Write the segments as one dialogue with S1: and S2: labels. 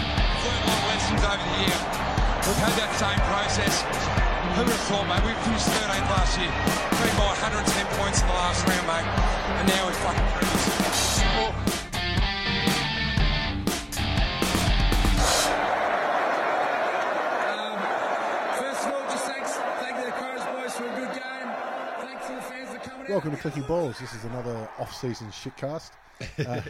S1: lessons over the year. We've had that same process. Who would have thought, mate? We finished 13th last year. Three more, 110 points in the last round, mate. And now we're fucking criminals. Oh.
S2: First of all, just thanks, thank the Crows boys for a good game. Thanks to the fans for coming
S3: Welcome to Clicking Balls. This is another off-season shitcast. Uh,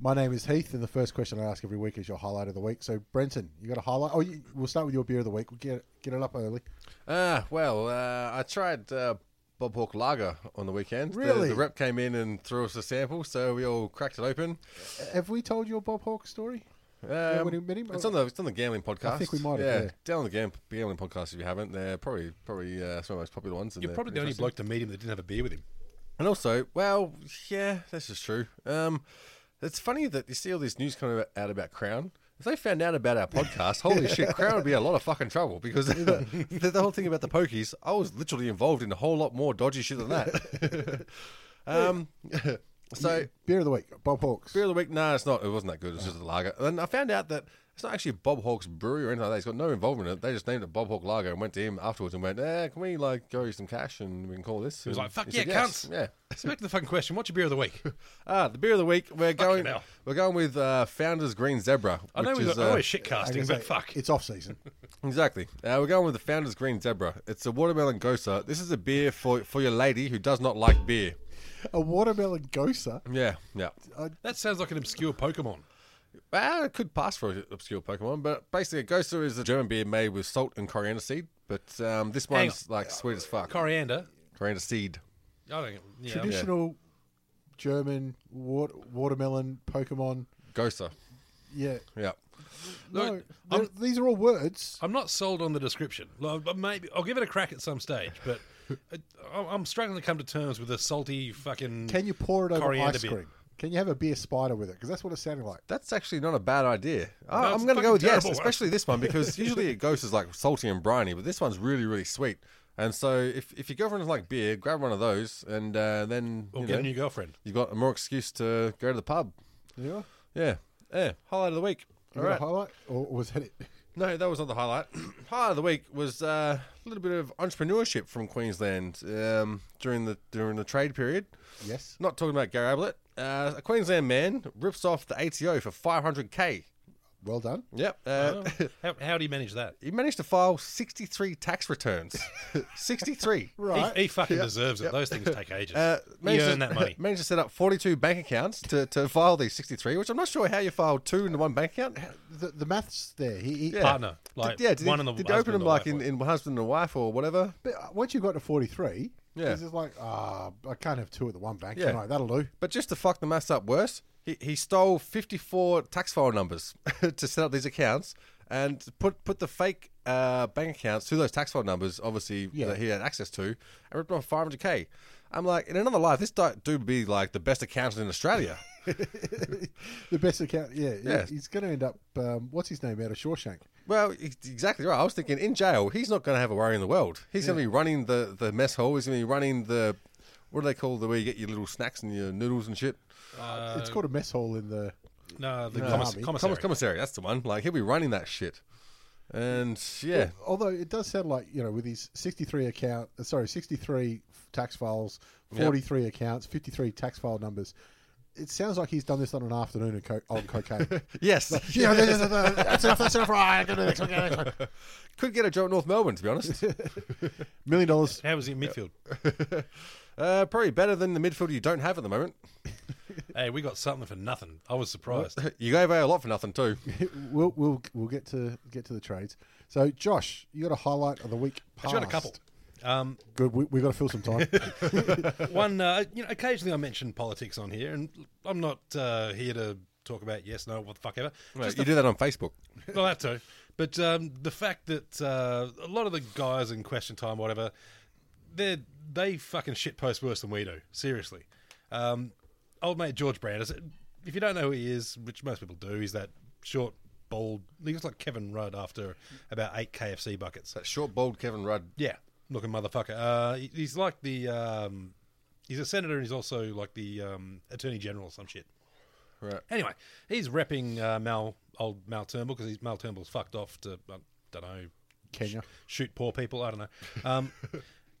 S3: my name is Heath, and the first question I ask every week is your highlight of the week. So, Brenton, you got a highlight? Oh, you, we'll start with your beer of the week. We'll get get it up early.
S4: Ah, well, uh, I tried uh, Bob Hawke Lager on the weekend. The-
S3: Really?
S4: The, rep came in and threw us a sample, so we all cracked it open.
S3: Have we told your Bob Hawke story?
S4: Um,
S3: when we met him?
S4: It's on the it's on the gambling podcast.
S3: think we might have,
S4: Yeah,
S3: yeah.
S4: down the gam- gambling podcast if you haven't. They're probably probably uh, some of the most popular ones. and
S5: You're
S4: they're
S5: probably the
S4: pretty
S5: only
S4: interesting.
S5: bloke to meet him that didn't have a beer with him.
S4: And also, well, yeah, this is true. Um, it's funny that you see all this news coming out about Crown. If they found out about our podcast, holy shit, Crown would be a lot of fucking trouble because the, the, whole thing about the pokies, I was literally involved in a whole lot more dodgy shit than that. um, so,
S3: Beer of the week, Bob Hawke's.
S4: beer of the week, no, it's not. It wasn't that good. It's just a lager. And I found out that it's not actually Bob Hawke's brewery or anything like that. He's got no involvement in it. They just named it Bob Hawke Lager and went to him afterwards and went, eh, can we like go some cash and we can call this? He
S5: was like, "Fuck yeah, cunts."
S4: Yeah.
S5: So back to the fucking question. What's your beer of the week?
S4: Ah, the beer of the week. We're going.
S5: hell.
S4: We're going with uh, Founders Green Zebra.
S5: I know
S4: which
S5: we've
S4: is,
S5: got
S4: uh,
S5: always shit casting,
S3: It's
S5: but
S3: like-
S5: fuck.
S3: It's off-season.
S4: exactly. Uh, we're going with the Founders Green Zebra. It's a watermelon gosa. This is a beer for for your lady who does not like beer.
S3: a watermelon gosa.
S4: Yeah, yeah.
S5: That sounds like an obscure Pokemon.
S4: Well, Uh, it could pass for an obscure Pokemon, but basically, a gosa is a German beer made with salt and coriander seed. But um, this
S5: Hang
S4: one's like sweet as fuck.
S5: Coriander.
S4: coriander seed.
S5: I think. Yeah,
S3: Traditional German water, watermelon Pokemon.
S4: Gosa.
S3: Yeah.
S4: Yeah.
S5: Look,
S3: No,
S5: I'm-
S3: they're- these are all words.
S5: I'm not sold on the description. Like, but maybe I'll give it a crack at some stage, but it- I'm I'm struggling to come to terms with a salty fucking.
S3: Can you pour it over
S5: Coriander
S3: ice
S5: beer.
S3: cream? Can you have a beer spider with it? Because that's what it sounded like.
S4: That's actually not a bad idea. I-
S5: it's
S4: I'm going to
S5: fucking
S4: go with
S5: terrible.
S4: yes, especially this one because usually it goes as like salty and briny, but this one's really, really sweet. And so if, if your girlfriend doesn't like beer, grab one of those, and uh, then
S5: Or
S4: you
S5: get
S4: know,
S5: a new girlfriend.
S4: you've got a more excuse to go to the pub.
S3: Yeah.
S4: Yeah, yeah. Highlight of the week. All
S3: You got
S4: right.
S3: a highlight, or was that it?
S4: No, that was not the highlight. highlight of the week was uh, a little bit of entrepreneurship from Queensland um, during the during the trade period.
S3: Yes.
S4: Not talking about Gary Ablett. Uh, a Queensland man rips off the ATO for 500k.
S3: Well done.
S4: Yep. Uh,
S5: Oh. How, how do you manage that?
S4: he managed to file 63 tax returns. 63.
S3: Right.
S5: He, he fucking deserves it. Those things take ages.
S4: Uh,
S5: he
S4: managed to-
S5: earned that money.
S4: Managed to set up 42 bank accounts to, to file these 63, which I'm not sure how you file two into one bank account.
S3: the, the maths there. He, he,
S4: Yeah.
S5: Partner, like
S4: did, yeah, did
S5: one
S4: he,
S5: in the
S4: did he open
S5: husband
S4: them
S5: or
S4: like
S5: wife
S4: in, in husband and wife or whatever?
S3: But uh, once you got to 43,
S4: Yeah.
S3: it's just like, ah, I can't have two at the one bank.
S4: Yeah.
S3: Yeah. That'll do.
S4: But just to fuck the maths up worse, he, he stole 54 tax file numbers to set up these accounts and put, put the fake uh, bank accounts to those tax file numbers, obviously,
S3: Yeah.
S4: that he had access to, and ripped off 500K. I'm like, in another life, this di- dude would be like the best accountant in Australia.
S3: The best account, yeah. he-
S4: Yeah.
S3: he's going to end up, um, what's his name, out of Shawshank?
S4: well, ex- exactly right. I was thinking, in jail, he's not going to have a worry in the world. He's going to be running the, the mess hall. He's going to be running the, what do they call the where you get your little snacks and your noodles and shit? Uh,
S3: it's called a mess hall in the.
S5: No, the commis-
S3: Army.
S5: commissary.
S4: Commissary. Commissary, that's the one. Like, he'll be running that shit. And yeah,
S3: Although it does sound like, you know, with his 63 account, uh, sorry, 63 tax files, 43 accounts, 53 tax file numbers. It sounds like he's done this on an afternoon of co- on cocaine.
S4: Yes.
S3: yeah, that's enough. That's enough. That's enough. Right, I'm gonna do the next one, I'm gonna do the next one.
S4: Could get a job at North Melbourne, to be honest.
S3: Million dollars.
S5: How was he in midfield?
S4: uh, probably better than the midfielder you don't have at the moment.
S5: hey, we got something for nothing. I was surprised.
S4: You gave away a lot for nothing, too.
S3: we'll we'll we'll get to get to the trades. So, Josh, you got a highlight of the week past?
S5: I've got a couple. Um,
S3: Good. We, we've got to fill some time.
S5: one, uh, you know, occasionally I mention politics on here, and I'm not uh, here to talk about yes, no, what the fuck ever.
S4: Mate, you do that on Facebook.
S5: well, that too. But um, the fact that uh, a lot of the guys in Question Time, whatever, they they fucking shit post worse than we do. Seriously, um, old mate George Brandis. If you don't know who he is, which most people do, he's that short, bald. He looks like Kevin Rudd after about eight KFC buckets.
S4: That short, bald Kevin Rudd.
S5: Yeah, looking motherfucker. Uh, he- he's like the um, he's a senator and he's also like the um, attorney general or some shit.
S4: Right.
S5: Anyway, he's repping uh, Mal old Mal Turnbull because he's Mal Turnbull's fucked off to I don't know
S3: Kenya.
S5: shoot poor people. I don't know. Um,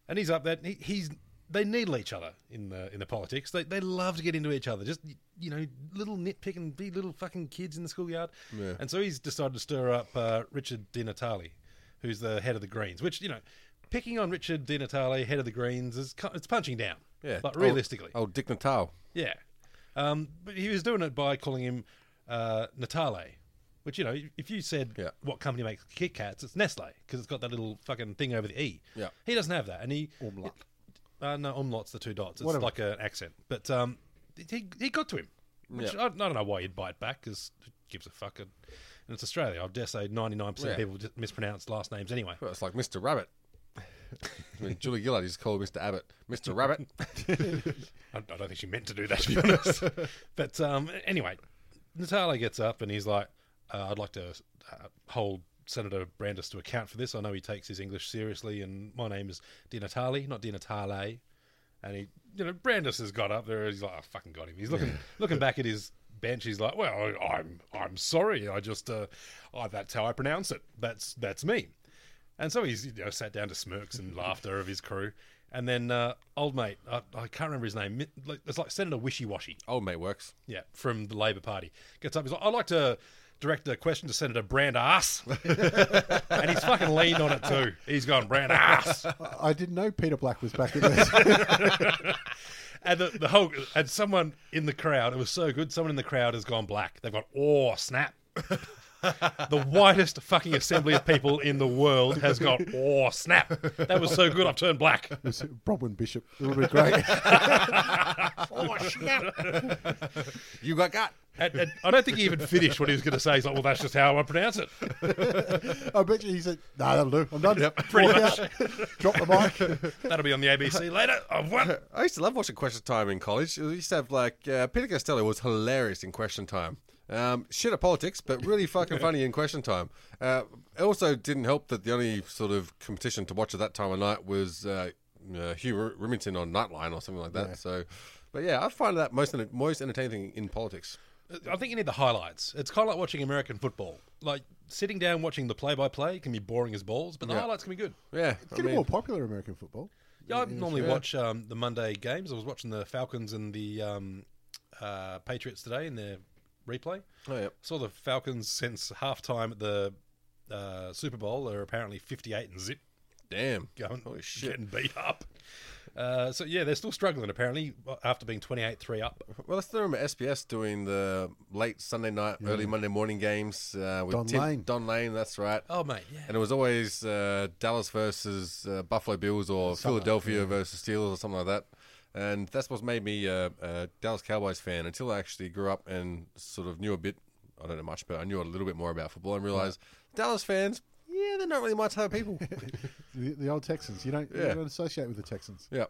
S5: and he's up there. and He, he's they needle each other in the in the politics. They they love to get into each other. Just you know, little nitpick and be little fucking kids in the schoolyard. And so he's decided to stir up uh, Richard Di Natale, who's the head of the Greens. Which you know, picking on Richard Di Natale, head of the Greens, is cu- it's punching down.
S4: Yeah. Oh,
S5: but
S4: Old-
S5: realistically,
S4: Old, Dick Natal.
S5: yeah. Um, but he was doing it by calling him uh, Natale, which, you know, if you said
S4: Yeah.
S5: what company makes Kit Kats, it's Nestle because it's got that little fucking thing over the E.
S4: Yeah.
S5: He doesn't have that. And he. Umlaut. Uh, no, umlaut's the two dots. It's
S3: Whatever.
S5: like an accent. But um, he, he got to him. Which
S4: Yeah.
S5: I, I don't know why you'd bite back because who gives a fuck. And it's Australia. I dare say 99%
S4: Yeah.
S5: of people just mispronounce last names anyway.
S4: Well, it's like Mr. Rabbit. I mean, Julie Gillard is called Mr. Abbott. Mr. Rabbit.
S5: I, I don't think she meant to do that, to be honest. but um, anyway, Natale gets up and he's like, uh, I'd like to uh, hold Senator Brandis to account for this. I know he takes his English seriously, and my name is Di Natale, not Di Natale. And he, you know, Brandis has got up there. He's like, I fucking got him. He's looking looking back at his bench. He's like, well, I- I'm I'm sorry. I just, uh, I that's how I pronounce it. That's that's me. And so he's you know, sat down to smirks and laughter of his crew. And then uh, old mate, I, I can't remember his name. Mi- like- It's like Senator Wishy Washy,
S4: Old mate works.
S5: yeah, from the Labor Party. Gets up, he's like, I'd like to direct a question to Senator Brandass. and he's fucking leaned on it too. He's gone, Brandass.
S3: I didn't know Peter Black was back in this.
S5: and the, the whole and someone in the crowd it was so good someone in the crowd has gone black they've gone oh snap the whitest fucking assembly of people in the world has gone oh snap that was so good i've turned black
S3: was Bronwyn Bishop. It would be great.
S4: You got got.
S5: and, and i don't think he even finished what he was going to say he's like well that's just how i pronounce it
S3: I bet you he said, "No, that'll do. I'm done.
S5: pretty
S3: Walk
S5: much.
S3: out. Drop the mic."
S5: that'll be on the abc later i've won
S4: I used to love watching Question Time in college. We used to have like uh, Peter Costello was hilarious in Question Time. Um, shit at politics, but really fucking funny in Question Time. Uh, it also didn't help that the only sort of competition to watch at that time of night was uh, uh, Hugh R- Remington on Nightline or something like that. So, but yeah, I find that most enter- most entertaining thing in politics.
S5: I think you need the highlights. It's kind of like watching American football. Like sitting down watching the play-by-play can be boring as balls, but the
S4: Yeah.
S5: highlights can be good.
S4: Yeah, I
S3: Getting
S4: mean-
S3: more popular in American football.
S5: Yeah, I normally watch um, the Monday games. I was watching the Falcons and the um, uh, Patriots today in their replay.
S4: Oh, yeah.
S5: Saw the Falcons since halftime at the uh, Super Bowl are apparently fifty-eight and zip
S4: damn.
S5: going,
S4: Holy shit.
S5: getting beat up. Uh, so yeah, they're still struggling apparently after being twenty-eight-three up.
S4: Well, I still remember SBS doing the late Sunday night, early Monday morning games uh, with
S3: Don
S4: Tim-
S3: Lane.
S4: Don Lane, that's right.
S5: Oh mate, yeah.
S4: And it was always uh, Dallas versus uh, Buffalo Bills or Philadelphia versus Steelers or something like that. And that's what's made me uh, a Dallas Cowboys fan until I actually grew up and sort of knew a bit. I don't know much, but I knew a little bit more about football and realized Dallas fans, yeah, they're not really my type of people.
S3: The, the old Texans. You don't,
S4: Yeah.
S3: you don't associate with the Texans.
S4: yeah.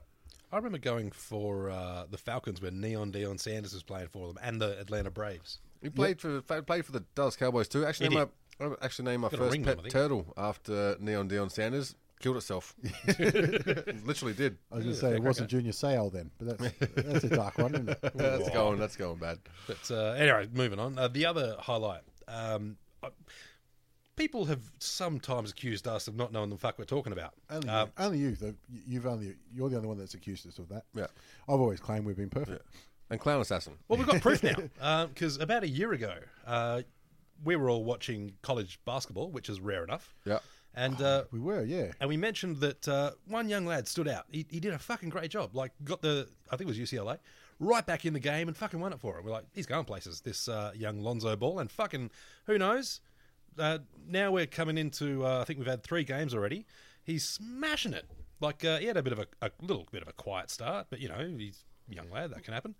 S5: I remember going for uh, the Falcons when Neon Dion Sanders was playing for them and the Atlanta Braves.
S4: He played for fa- played for the Dallas Cowboys too. Actually,
S5: He
S4: named my, I actually named my
S5: Got a
S4: first
S5: ring
S4: pet
S5: them, I think.
S4: turtle after Neon Dion Sanders killed itself. Literally did.
S3: I was going to say it wasn't Junior Sale then, but that's that's a dark one, isn't it?
S4: That's going. That's going bad.
S5: But uh, anyway, moving on. Uh, the other highlight. Um, I- people have sometimes accused us of not knowing the fuck we're talking about.
S3: Only,
S5: Uh,
S3: you, only you. though. You- You've only you're the only one that's accused us of that.
S4: Yeah.
S3: I've always claimed we've been perfect.
S4: And clown assassin.
S5: well, we've got proof now because about a year ago, uh, we were all watching college basketball, which is rare enough.
S4: Yeah.
S5: And uh,
S3: We were, yeah.
S5: and we mentioned that uh, one young lad stood out. He, he did a fucking great job. Like got the I think it was UCLA right back in the game and fucking won it for him. We're like he's going places. This uh, young Lonzo Ball and fucking who knows. uh, now we're coming into. Uh, I think we've had three games already. He's smashing it. Like uh, he had a bit of a, a little bit of a quiet start, but you know he's a young lad that can happen.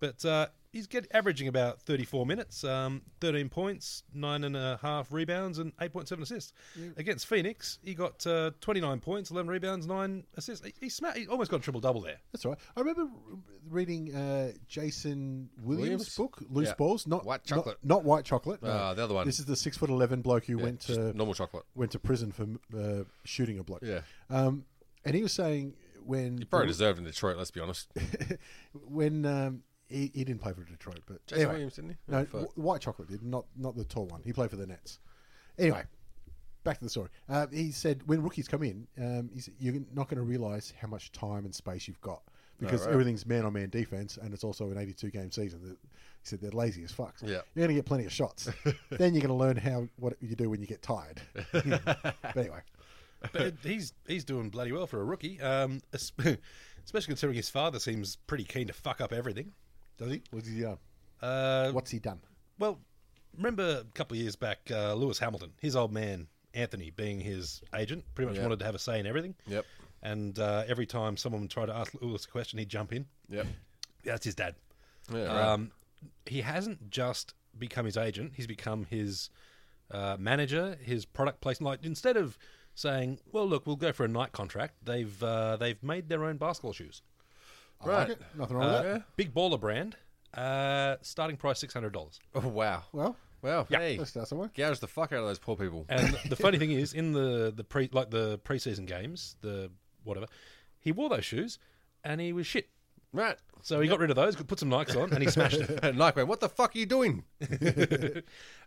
S5: But uh, he's get averaging about 34 minutes, um, 13 points, nine and a half rebounds, and 8.7 assists. Against Phoenix, he got uh, 29 points, 11 rebounds, nine assists. He, he, sma- he almost got a triple double there.
S3: That's all right. I remember re- reading uh, Jason Williams',
S4: Williams?
S3: book, Loose
S4: Yeah.
S3: Balls. Not
S4: White
S3: not-
S4: Chocolate.
S3: Not, white chocolate. no.
S4: Ah, the other one.
S3: This is the six foot eleven bloke who went
S4: just
S3: to
S4: normal chocolate.
S3: Went to prison for uh, shooting a bloke.
S4: Yeah.
S3: Um, and he was saying when
S4: He probably deserved in Detroit. Let's be honest.
S3: when um, he, he didn't play for Detroit, but
S4: Jason Williams, didn't he?
S3: No,
S4: Oh, fuck.
S3: Wh- White Chocolate did not not the tall one. He played for the Nets. Anyway, back to the story. Uh, he said when rookies come in, um, he said, you're not going to realize how much time and space you've got because
S4: Oh,
S3: everything's man on man defense, and it's also an 82 game season. The- He said they're lazy as fucks.
S4: Yeah.
S3: you're going to get plenty of shots. then you're going to learn how what you do when you get tired. but anyway,
S5: but he's he's doing bloody well for a rookie. Um, es- especially considering his father seems pretty keen to fuck up everything. Does he?
S3: what's he, uh,
S5: Uh,
S4: Um,
S3: what's he done?
S5: well, remember a couple of years back, uh, Lewis Hamilton, his old man Anthony, being his agent, pretty much
S4: Yep.
S5: wanted to have a say in everything.
S4: Yep.
S5: And uh, every time someone tried to ask Lewis a question, he'd jump in.
S4: Yep.
S5: That's his dad.
S4: Yeah. right.
S5: Um, he hasn't just become his agent; he's become his uh, manager, his product placement. Like instead of saying, "Well, look, we'll go for a night contract," they've uh, they've made their own basketball shoes.
S3: I like
S4: Right. Uh,
S3: it. Nothing wrong with that.
S4: Yeah.
S5: Big baller brand, uh, starting price six hundred dollars.
S4: Oh, wow.
S3: Well,
S4: Wow. Hey.
S3: let's start somewhere.
S4: Gouge the fuck out of those poor people.
S5: And the funny thing is, in the the pre like the preseason games, the whatever, he wore those shoes, and he was shit.
S4: Right.
S5: So he got rid of those, put some Nikes on, and he smashed it.
S4: And uh, Nike went, what the fuck are you doing?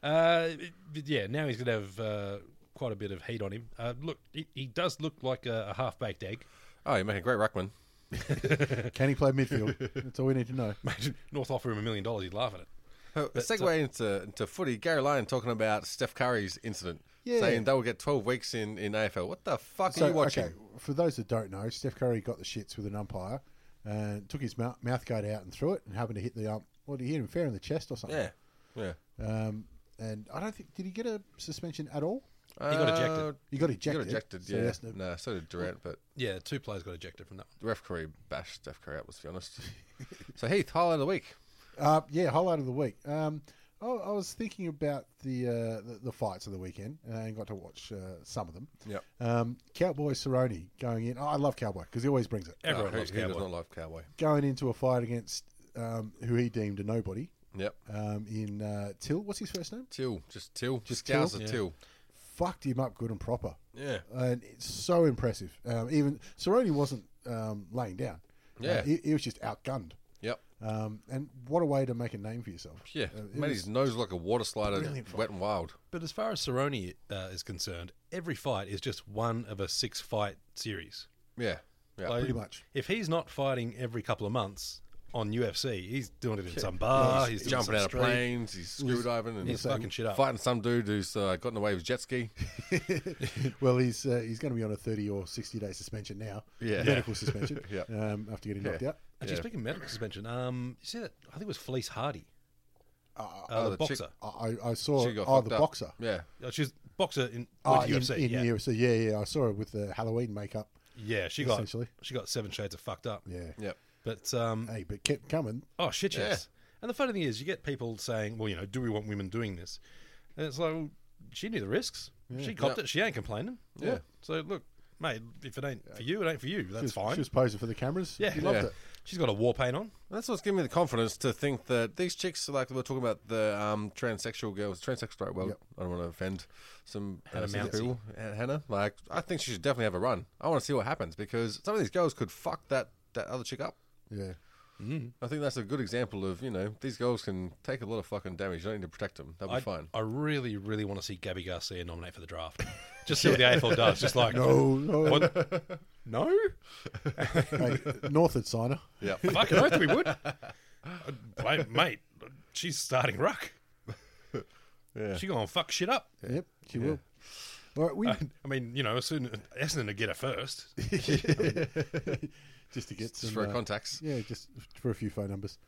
S5: Uh, but yeah, now he's going to have uh, quite a bit of heat on him. Uh, look, he, he does look like a, a half baked egg.
S4: Oh, you're making a great ruckman.
S3: Can he play midfield? That's all we need to know.
S5: North offer him a million dollars, he'd laugh at it.
S4: Uh, segue into, into footy, Gary Lyon talking about Steph Curry's incident,
S3: Yeah.
S4: saying they will get 12 weeks in, in AFL. What the fuck are you watching?
S3: Okay, for those that don't know, Steph Curry got the shits with an umpire and took his mouth, mouth guard out and threw it and happened to hit the ump. What did he hit him fair in the chest or something?
S4: Yeah. Yeah.
S3: Um, and I don't think did he get a suspension at all?
S4: He
S5: got ejected.
S3: He got
S4: Uh, He
S3: ejected.
S4: got ejected,
S3: so
S4: yeah.
S3: that's no-
S4: no, so did Durant, but
S5: Yeah, two players got ejected from that one.
S4: the referee bashed Steph Curry out, let's be honest. so, Heath, highlight of the week.
S3: Uh, yeah, highlight of the week. Um, I, I was thinking about the, uh, the the fights of the weekend uh, and got to watch uh, some of them.
S4: Yep.
S3: Um, Cowboy Cerrone going in. Oh, I love Cowboy because he always brings it.
S5: Everyone
S4: Oh,
S5: loves
S4: who, who does
S5: Cowboy.
S4: not love Cowboy?
S3: Going into a fight against um, who he deemed a nobody
S4: Yep.
S3: um, in uh, Till. What's his first name?
S4: Till. Just Till. Just
S3: Just Till?
S4: Gouge the
S5: Yeah.
S4: Till.
S3: fucked him up good and proper.
S4: Yeah.
S3: And it's so impressive. Um, even Cerrone wasn't um, laying down.
S4: Yeah.
S3: Uh, he, he was just outgunned.
S4: Yep.
S3: Um, and what a way to make a name for yourself.
S4: Yeah.
S3: Uh, it
S4: Made
S3: was-
S4: his nose like a water slider, wet and wild.
S5: But as far as Cerrone uh, is concerned, every fight is just one of a six fight series.
S4: Yeah. Yeah.
S5: Like,
S3: pretty much.
S5: If he's not fighting every couple of months on UFC, he's doing it in some bar, he's, doing
S4: he's jumping
S5: some
S4: out of
S5: street,
S4: planes, he's screwdiving, and
S5: he's fucking shit up.
S4: Fighting some dude who's uh, got in the way of his jet ski.
S3: Well, he's uh, he's going to be on a 30 or 60 day suspension now.
S4: Yeah.
S3: Medical suspension.
S4: Yeah.
S3: um, after getting knocked out.
S5: Actually,
S4: Yeah.
S5: speaking of medical suspension, um, you see that? I think it was Felice Hardy, uh,
S3: oh,
S5: the,
S4: the chick-
S5: boxer.
S3: I, I- I saw
S4: She got
S3: oh,
S4: fucked
S3: the
S4: up.
S3: boxer.
S4: Yeah.
S5: Oh, she's boxer in, with
S3: Oh, in,
S5: UFC.
S3: in
S5: yeah.
S3: UFC. Yeah, yeah. I saw it with the Halloween makeup.
S5: Yeah, she got
S3: Essentially.
S5: she got seven shades of fucked up.
S3: Yeah. Uh,
S4: Yep.
S5: But um,
S3: Hey, but kept coming.
S5: oh shit, yes. And the funny thing is, you get people saying, "Well, you know, do we want women doing this?" And it's like, well, she knew the risks. She copped
S4: Yeah.
S5: it. She ain't complaining.
S4: Yeah.
S5: So look, mate, if it ain't for you, it ain't for you. That's
S3: She was,
S5: fine.
S3: She was posing for the cameras.
S5: yeah,
S3: She loved
S4: Yeah.
S3: it.
S5: She's got a war paint on.
S4: That's what's giving me the confidence to think that these chicks, like we were talking about the um, transsexual girls, transsexual, right? Well,
S3: Yep.
S4: I don't want to offend some, uh,
S5: Hannah
S4: some
S5: Mouncey.
S4: people. Uh, Hannah, like, I think she should definitely have a run. I want to see what happens because some of these girls could fuck that, that other chick up.
S3: Yeah.
S4: I think that's a good example of, you know, these girls can take a lot of fucking damage. You don't need to protect them. They'll be
S5: I,
S4: fine.
S5: I really, really want to see Gabby Garcia nominate for the draft. Just see what the AFL does. Just like
S3: No, no.
S5: What? no,
S3: hey, North had sign her.
S4: Yeah.
S5: fucking oath we would. I'd blame- mate, she's starting ruck.
S4: Yeah.
S5: She gonna fuck shit up.
S3: Yep, she will. All right, we
S5: I mean, you know, as soon Essendon to get her first.
S3: just to get
S4: Just
S3: some
S4: for
S3: uh,
S4: contacts.
S3: Yeah, just for a few phone numbers.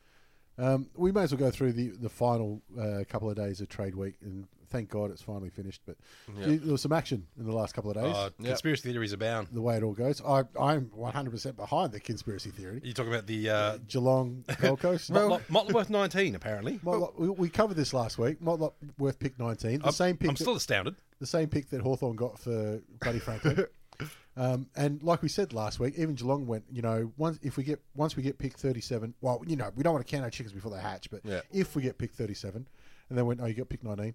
S3: Um, we may as well go through the the final uh, couple of days of trade week, and thank God it's finally finished. But there was some action in the last couple of days.
S5: Uh, Conspiracy theories abound.
S3: the way it all goes, I I'm 100 percent behind the conspiracy theory.
S5: You talk about the uh,
S3: Geelong Gold Coast.
S5: Motlop- Motlop- Motlop- 19, apparently.
S3: Motlop- we, we covered this last week. Motlop worth pick 19, the
S5: I'm,
S3: same pick,
S5: I'm
S3: that-
S5: still astounded.
S3: the same pick that Hawthorn got for Buddy Franklin. um, and like we said last week, even Geelong went. You know, once if we get once we get pick 37, well, you know, we don't want to count our chickens before they hatch. But
S4: Yeah.
S3: if we get pick 37, and then went, oh, you got pick 19.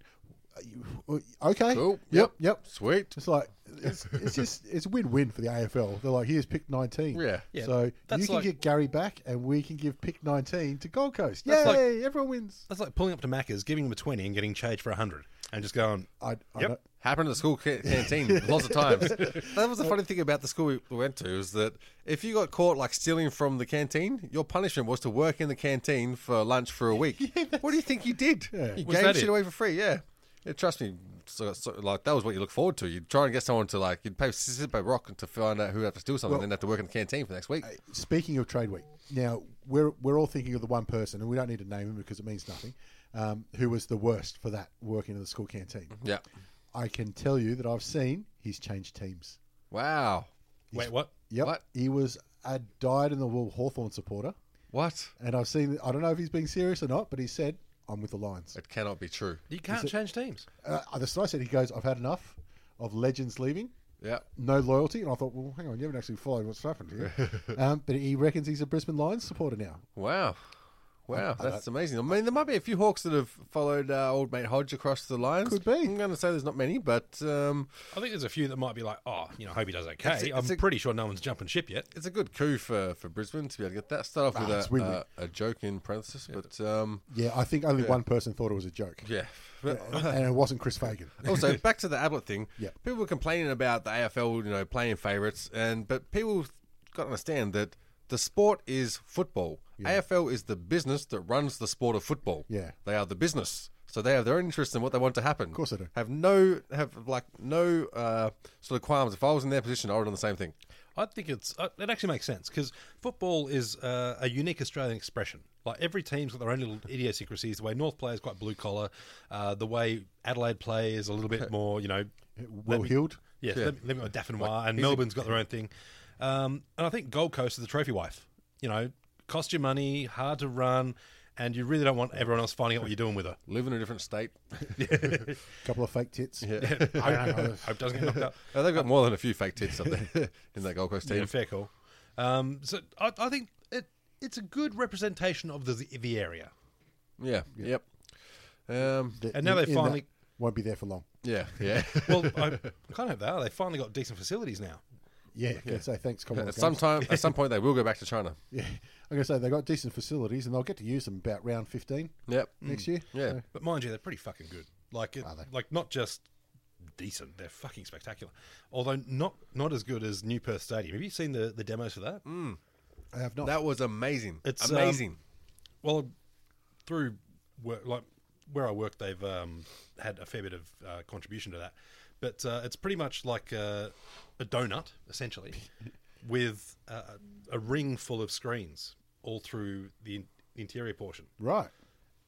S3: uh, you- Okay.
S4: Cool.
S3: Yep.
S4: Yep.
S3: Yep.
S4: Sweet.
S3: It's like it's, it's just it's a win-win for the AFL. They're like, here's pick nineteen.
S4: Yeah.
S5: Yeah,
S3: so you
S5: that's
S3: can
S5: like-
S3: get Gary back, and we can give pick nineteen to Gold Coast. Yay!
S5: That's like-
S3: everyone wins.
S5: That's like pulling up to Macca's, giving them a 20 and getting changed for 100 and just going,
S3: I, I
S5: Yep.
S3: don't-
S4: Happened at the school ca- canteen lots of times. That was the funny thing about the school we went to is that if you got caught like stealing from the canteen, your punishment was to work in the canteen for lunch for a week. what do you think you did? You
S5: Was
S4: gave
S5: that
S4: shit
S5: it?
S4: away for free. Yeah. yeah trust me. So, so, like that was what you look forward to. You'd try and get someone to like you'd pay sit by rock to find out who had to steal something, then have to work in the canteen for the next week.
S3: Speaking of trade week, now we're we're all thinking of the one person, and we don't need to name him because it means nothing. Um, who was the worst for that working in the school canteen?
S4: yeah.
S3: I can tell you that I've seen he's changed teams.
S4: Wow.
S5: wait, what?
S3: Yep,
S4: What?
S3: he was a dyed-in-the-wool Hawthorn supporter,
S4: What?
S3: and I've seen. I don't know if he's being serious or not, but he said, "I'm with the Lions."
S4: It cannot be true.
S5: You can't change teams.
S3: uh, that's what I said. He goes, I've had enough of legends leaving,
S4: Yeah.
S3: no loyalty. And I thought, well, hang on, you haven't actually followed what's happened here. um, but he reckons he's a Brisbane Lions supporter now.
S4: Wow. Wow, that's amazing. I mean, there might be a few Hawks that have followed uh, old mate Hodge across the lines.
S3: Could be.
S4: I'm going to say there's not many, but um,
S5: I think there's a few that might be like, oh, you know, hope he does okay.
S4: It's a-
S5: I'm
S4: it's a-
S5: pretty sure no one's jumping ship yet.
S4: it's a good coup for, for Brisbane to be able to get that. Start off
S3: Ah, it's
S4: with
S3: win-win.
S4: a, uh, a, a joke in parenthesis, but um,
S3: Yeah, I think only one person thought it was a joke.
S4: yeah. But
S3: and it wasn't Chris Fagan.
S4: also, back to the Ablett thing.
S3: Yeah.
S4: People were complaining about the AFL, you know, playing favourites, and but people got to understand that the sport is football. AFL is the business that runs the sport of football.
S3: Yeah.
S4: They are the business. So they have their own interest in what they want to happen. Of
S3: course they do.
S4: Have no have like no uh, sort of qualms. If I was in their position, I would have done the same thing.
S5: I think it's uh, it actually makes sense because football is uh, a unique Australian expression. Like every team's got their own little idiosyncrasies. The way North play is quite blue collar. Uh, the way Adelaide play is a little bit more, you know,
S3: Will Hield.
S5: Yes, they've, they've got Daffin Noir, and Melbourne's got their own thing. Um, and I think Gold Coast is the trophy wife. You know, cost you money, hard to run, and you really don't want everyone else finding out what you're doing with her.
S4: Live in a different state.
S3: A couple of fake tits. I don't know.
S5: Hope doesn't get knocked up.
S4: Uh, they've got more than a few fake tits up there in that Gold Coast team.
S5: Yeah, fair call. Um, so I, I think it, it's a good representation of the the area.
S4: Yeah. Yep. Um,
S3: That-
S5: And now they
S3: that
S5: finally-
S3: won't be there for long.
S4: yeah. Yeah.
S5: Well, I kind of hope they are. They finally got decent facilities now.
S3: Yeah, I can say thanks. Come on,
S4: at some time, at some point, they will go back to China.
S3: yeah. I'm going to say they got decent facilities, and they'll get to use them about round 15
S4: Yep.
S3: next year.
S4: Mm. Yeah.
S3: So-
S5: But mind you, they're pretty fucking good. Like, it, like not just decent, they're fucking spectacular. Although not not as good as New Perth Stadium. Have you seen the, the demos for that?
S3: I have not.
S4: That was amazing.
S5: It's,
S4: amazing.
S5: um, Well, through work, like where I work, they've um, had a fair bit of uh, contribution to that. But uh, it's pretty much like a, a donut, essentially, with uh, a ring full of screens all through the in- interior portion.
S3: Right.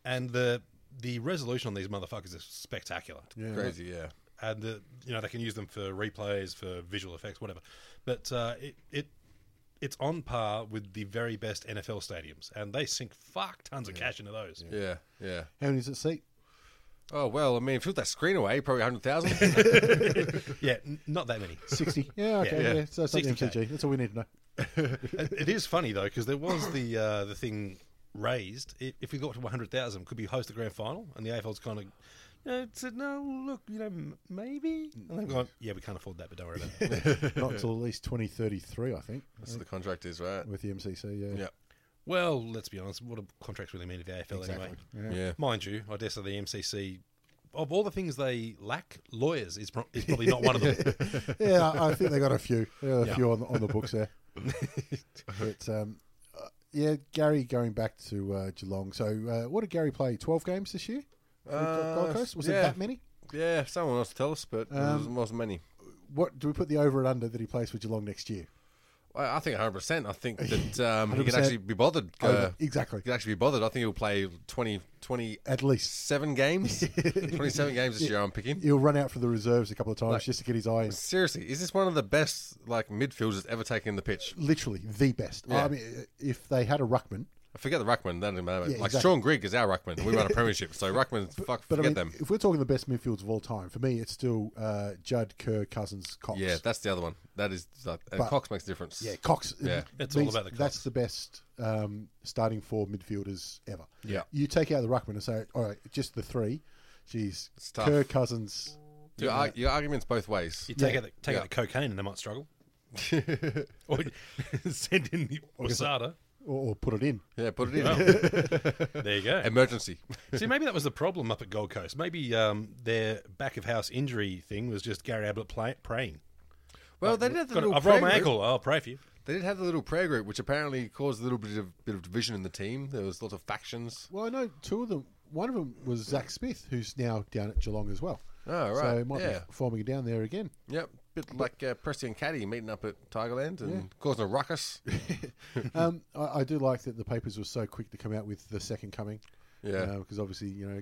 S5: And the the resolution on these motherfuckers is spectacular.
S4: Crazy. Yeah.
S5: and the, you know they can use them for replays, for visual effects, whatever. But uh, it it it's on par with the very best NFL stadiums, and they sink fuck tons of cash into those.
S4: Yeah. Yeah.
S3: How many does it seat?
S4: Oh well, I mean, if you took that screen away, probably hundred thousand.
S5: Yeah, n- not that many.
S3: 60. Yeah, okay. Yeah.
S5: yeah.
S3: So that's not the
S5: 60K.
S3: MCG. That's all we need to know.
S5: it, uh, it is funny though because there was the uh, the thing raised. I if we got to one hundred thousand, could we host the grand final? And the AFL's kind of. You know, said no. Look, you know, m- maybe, and they've gone. Yeah, we can't afford that, but don't worry about it.
S3: Not until at least 2033, I think,
S4: That's what the contract is, right?
S3: with the MCC. Yeah.
S4: Yeah.
S5: well, let's be honest. What do contracts really mean to the AFL anyway?
S4: Yeah.
S5: Mind you, I dare say the MCC, of all the things they lack, lawyers is, pro- is probably not one of them.
S3: yeah, I think they got a few, They got a few on, on the books there. but um, uh, yeah, Gary going back to uh, Geelong. So uh, what did Gary play? Twelve games this year. for Gold
S4: Uh,
S3: Coast was
S4: yeah.
S3: it that many?
S4: Yeah. Someone
S3: Um,
S4: else tell us, but there wasn't- wasn't many.
S3: What do we put the over and under that he plays for Geelong next year?
S4: I, I think 100. percent I think that um, he could actually be bothered. Uh,
S3: Over. Exactly.
S4: He could actually be bothered. I think he'll play 20, 20
S3: At least
S4: seven games. 27 games this year, I'm picking.
S3: he'll run out for the reserves a couple of times just to get his eye in.
S4: Seriously, is this one of the best like midfielders ever taken the pitch?
S3: Literally the best. I mean, if they had a ruckman,
S4: I forget the ruckman. That doesn't matter.
S3: Yeah,
S4: like
S3: exactly.
S4: Sean Grigg is our ruckman. We run a premiership, so ruckman. Fuck,
S3: but
S4: forget
S3: I mean,
S4: them.
S3: if we're talking the best midfields of all time, for me, it's still uh, Judd, Kerr, Cousins, Cox.
S4: Yeah, that's the other one. That is like, and
S3: But-
S4: Cox makes a difference.
S3: Yeah, Cox.
S4: Yeah.
S3: it
S5: It's all
S3: means
S5: about the
S3: That's
S5: Cox.
S3: the best um, starting four midfielders ever.
S4: Yeah.
S3: You take out the ruckman and say, all right, just the three. Jeez,
S4: It's tough.
S3: Kerr, Cousins.
S4: Your, ar- your arguments both ways.
S5: You take
S3: Yeah.
S5: out the, take
S4: Yeah.
S5: out the cocaine and they might struggle. or send in the Osada.
S3: Or, or put it in.
S4: Yeah, put it in.
S5: There you go.
S4: Emergency.
S5: See, maybe that was the problem up at Gold Coast. Maybe um, their back of house injury thing was just Gary Ablett play, praying.
S4: Well, they did have the
S5: Got a,
S4: little
S5: I've
S4: prayer
S5: rolled my
S4: group.
S5: ankle. I'll pray for you.
S4: They did have the little prayer group, which apparently caused a little bit of bit of division in the team. There was lots of factions.
S3: Well, I know two of them. One of them was Zach Smith, who's now down at Geelong as well.
S4: Oh, right.
S3: So he might
S4: Yeah.
S3: be forming down there again.
S4: Yep, bit like uh, Presty and Caddy meeting up at Tigerland and causing a ruckus.
S3: um, I, I do like that the papers were so quick to come out with the second coming.
S4: Yeah.
S3: Because obviously, you know,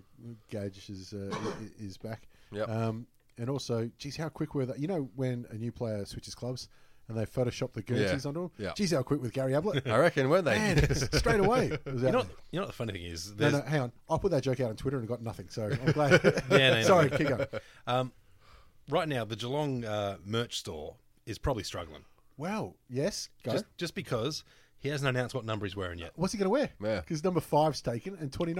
S3: Gage is uh, i- i- is back.
S4: Yep.
S3: Um, and also, geez, how quick were they? You know, when a new player switches clubs and they Photoshop the Guernseys
S4: Yeah.
S3: onto him.
S4: Yeah.
S3: Geez, how quick with Gary Ablett.
S4: I reckon, weren't they?
S3: Man, straight away. it was out
S5: You know,
S3: there.
S5: you know what the funny thing is?
S3: No,
S5: There's,
S3: no, hang on. I put that joke out on Twitter and got nothing. So I'm glad.
S5: Yeah, no, no.
S3: Sorry, keep going.
S5: um, Right now, the Geelong uh, merch store is probably struggling.
S3: Well, yes, go.
S5: Just, just because he hasn't announced what number he's wearing yet.
S3: What's he going to wear?
S4: Yeah.
S3: Because number five's taken and 29.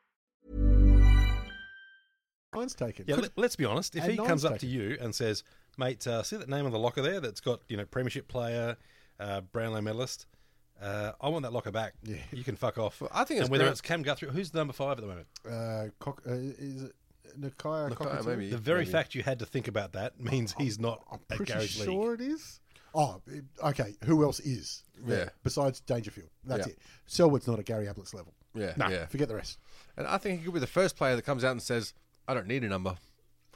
S3: Mine's taken.
S5: Yeah, let, us be honest. If
S3: and
S5: he
S3: nine's
S5: comes up to
S3: taken.
S5: you and says, "Mate, uh, see that name on the locker there? That's got you know premiership player, uh, Brownlow medalist. Uh, I want that locker back. You can fuck off."
S4: I think it's
S5: and whether
S4: Brown-
S5: it's Cam Guthrie, who's the number five at the moment?
S3: uh, cock, uh, is it Nakaya
S4: Look, uh,
S3: Cockatoo?
S4: maybe
S5: The very
S4: maybe.
S5: fact you had to think about that means he's not
S3: I'm
S5: at
S3: pretty
S5: Gary's league.
S3: sure it is. Oh, it- okay. Who else is? there
S4: Yeah.
S3: Besides Dangerfield, that's
S4: Yeah.
S3: it. Selwood's not at Gary Ablett's level.
S4: Yeah,
S3: Nah,
S4: yeah.
S3: forget the rest.
S4: And I think he could be the first player that comes out and says, "I don't need a number.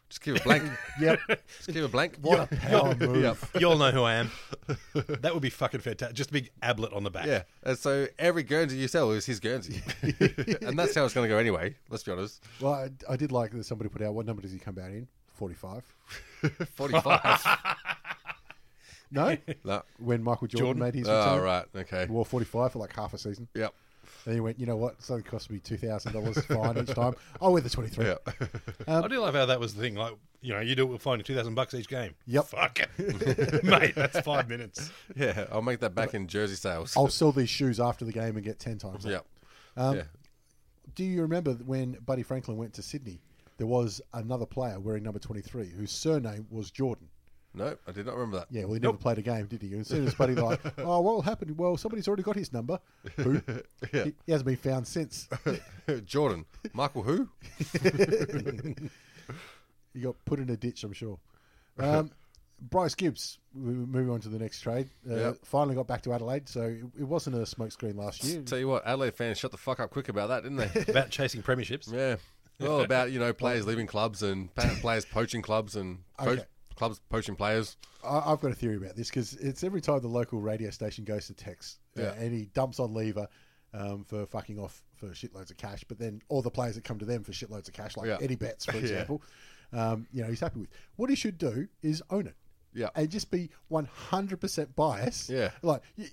S4: Just give a blank.
S3: Yep.
S4: Just give a blank."
S3: What a power move.
S5: You all know who I am. That would be fucking fantastic. Just a big ablet on the back.
S4: Yeah. And so every Guernsey you sell is his Guernsey, and that's how it's going to go anyway. Let's be honest.
S3: Well, I, I did like that somebody put out. What number does he come out in? Forty-five.
S4: Forty-five.
S3: No.
S4: no.
S3: when Michael Jordan, made his
S4: Oh
S3: return,
S4: right. Okay.
S3: he wore forty-five for like half a season.
S4: Yep.
S3: And he went, you know what? Something cost me two thousand dollars fine each time. I'll wear the twenty-three.
S4: Yeah.
S5: I do love how that was the thing. Like, you know, you do it with finding two thousand bucks each game.
S3: Yep.
S5: Fuck it, mate. That's five minutes.
S4: Yeah. I'll make that back in jersey sales.
S3: I'll sell these shoes after the game and get ten times. that.
S4: Yep. yeah.
S3: Do you remember that when Buddy Franklin went to Sydney? There was another player wearing number 23 whose surname was Jordan.
S4: No, I did not remember that.
S3: Yeah, well, he never played a game, did he? And as soon as Buddy like, oh, what happened? Well, somebody's already got his number. Who? He, he hasn't been found since.
S4: Jordan. Michael who?
S3: he got put in a ditch, I'm sure. Um, Bryce Gibbs, we we move on to the next trade. Uh,
S4: Yep.
S3: Finally got back to Adelaide, so it, it wasn't a smokescreen last year.
S4: Tell you what, Adelaide fans shut the fuck up quick about that, didn't they?
S5: About chasing premierships.
S4: yeah. All about, you know, players leaving clubs and pa- players poaching clubs and po-
S3: Okay.
S4: clubs poaching players.
S3: I, I've got a theory about this because it's every time the local radio station goes to Tex uh,
S4: Yeah.
S3: and he dumps on Lever um, for fucking off for shitloads of cash, but then all the players that come to them for shitloads of cash, like
S4: Yeah.
S3: Eddie Betts, for example, um, you know, he's happy with. What he should do is own it.
S4: Yeah.
S3: and just be one hundred percent biased.
S4: Yeah.
S3: like. y-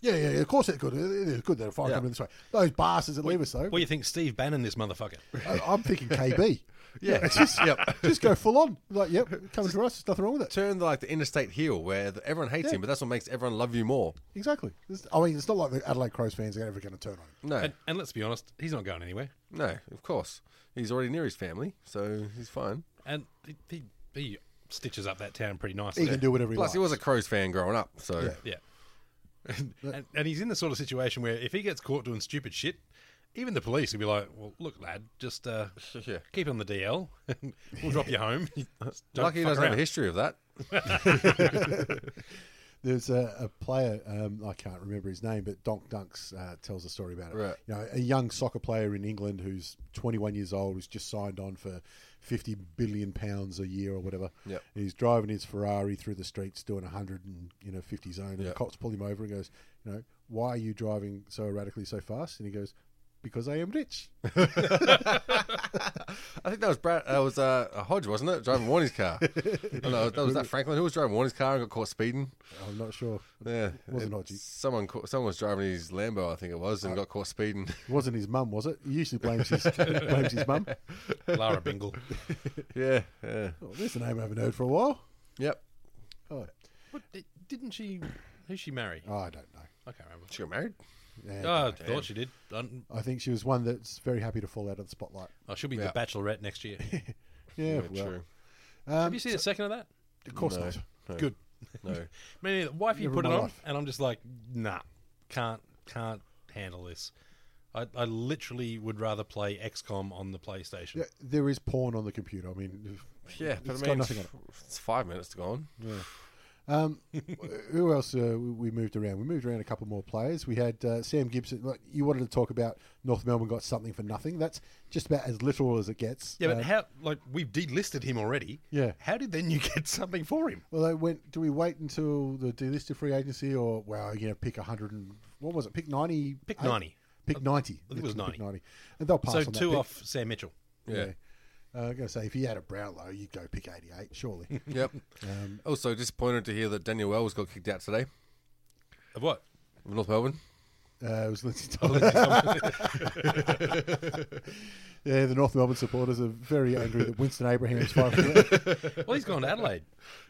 S3: yeah, yeah, yeah, of course it's good. It is good that a fire
S4: Yeah.
S3: coming this way. Those bastards that leave us though.
S5: What do you think, Steve Bannon, this motherfucker?
S3: I, I'm thinking KB.
S4: Yeah.
S3: It's just,
S4: Yep.
S3: just go full on. Like, yep, coming to us. There's nothing wrong with it.
S4: Turn the, like the interstate heel where the, everyone hates
S3: Yeah.
S4: him, but that's what makes everyone love you more.
S3: Exactly. This- I mean, it's not like the Adelaide Crows fans are ever going to turn on him.
S4: No,
S5: And, and let's be honest, he's not going anywhere.
S4: no, of course. He's already near his family, so he's fine.
S5: And he, he, he stitches up that town pretty
S3: He
S5: nicely.
S3: can do whatever he
S4: Plus,
S3: likes.
S4: he was a Crows fan growing up, so
S3: Yeah.
S5: Yeah. And, and, and he's in the sort of situation where if he gets caught doing stupid shit, even the police will be like, well, look, lad, just uh,
S4: Yeah.
S5: keep on the DL. we'll drop you home. Don't
S4: lucky he
S5: fuck
S4: doesn't have a
S5: around."
S4: history of that.
S3: There's a, a player, um, I can't remember his name, but Donk Dunks uh, tells a story about it.
S4: Right.
S3: You know, a young soccer player in England who's 21 years old, who's just signed on for 50 billion pounds a year or whatever.
S4: Yep.
S3: And he's driving his Ferrari through the streets doing 100 and you know 50 zone, and the
S4: Yep.
S3: cops pull him over and goes, you know, why are you driving so erratically so fast? And he goes, because I am rich.
S4: I think that was Brad. That was uh, Hodge, wasn't it? Driving Warnie's car. oh, no, that was that Franklin who was driving Warnie's car and got caught speeding.
S3: I'm not sure.
S4: Yeah,
S3: Wasn't Uh,
S4: And
S3: Hodgie.
S4: Someone, ca- someone was driving his Lambo, I think it was, and got caught speeding.
S3: It wasn't his mum, was it? He usually blames his blames his mum.
S5: Lara Bingle.
S4: yeah, yeah,
S3: Oh, there's a name I haven't heard for a while.
S4: yep.
S3: Oh,
S5: What, di- didn't she? Who she marry?
S3: I don't know.
S5: I can't remember.
S4: She got married.
S3: Yeah,
S5: Oh, I thought she did. Un-
S3: I think she was one that's very happy to fall out of the spotlight.
S5: Oh, she'll be
S4: Yeah.
S5: the Bachelorette next year.
S3: Yeah,
S4: Yeah,
S3: well,
S4: true. Um,
S5: Have you seen a second of that?
S3: of course not.
S5: Good.
S4: No,
S5: Man, the wife you
S3: Never
S5: put
S3: in
S5: it
S3: my
S5: on,
S3: life.
S5: and I'm just like, nah, can't can't handle this. I, I literally would rather play XCOM on the PlayStation.
S3: Yeah, There is porn on the computer. I mean,
S4: yeah, but
S3: It's
S4: I
S3: got
S4: mean,
S3: nothing on it.
S4: it's five minutes to go on.
S3: um, who else uh, we moved around? We moved around a couple more players. We had uh, Sam Gibson. Like, you wanted to talk about North Melbourne got something for nothing. That's just about as literal as it gets.
S5: Yeah, but
S3: Um,
S5: how? Like we've delisted him already.
S3: Yeah.
S5: How did then you get something for him?
S3: Well, they went. Do we wait until the delisted free agency, or well, you know, pick hundred and what was it? Pick ninety.
S5: Pick
S3: eight?
S5: 90.
S3: Pick ninety.
S5: I think it was
S3: Pick
S5: 90.
S3: and they'll pass
S5: so
S3: on that
S5: two
S3: pick.
S5: off Sam Mitchell.
S4: Yeah.
S3: Uh, I'm gonna say if you had a Brownlow, you'd go pick eighty-eight, surely.
S4: Yep.
S3: Um,
S4: also disappointed to hear that Daniel Wells got kicked out today
S5: Of what?
S4: of North Melbourne.
S3: uh, it was Lindsay
S5: Oh,
S3: Tyler. yeah, the North Melbourne supporters are very angry that Winston Abraham's fired from there.
S5: Well, he's gone to Adelaide.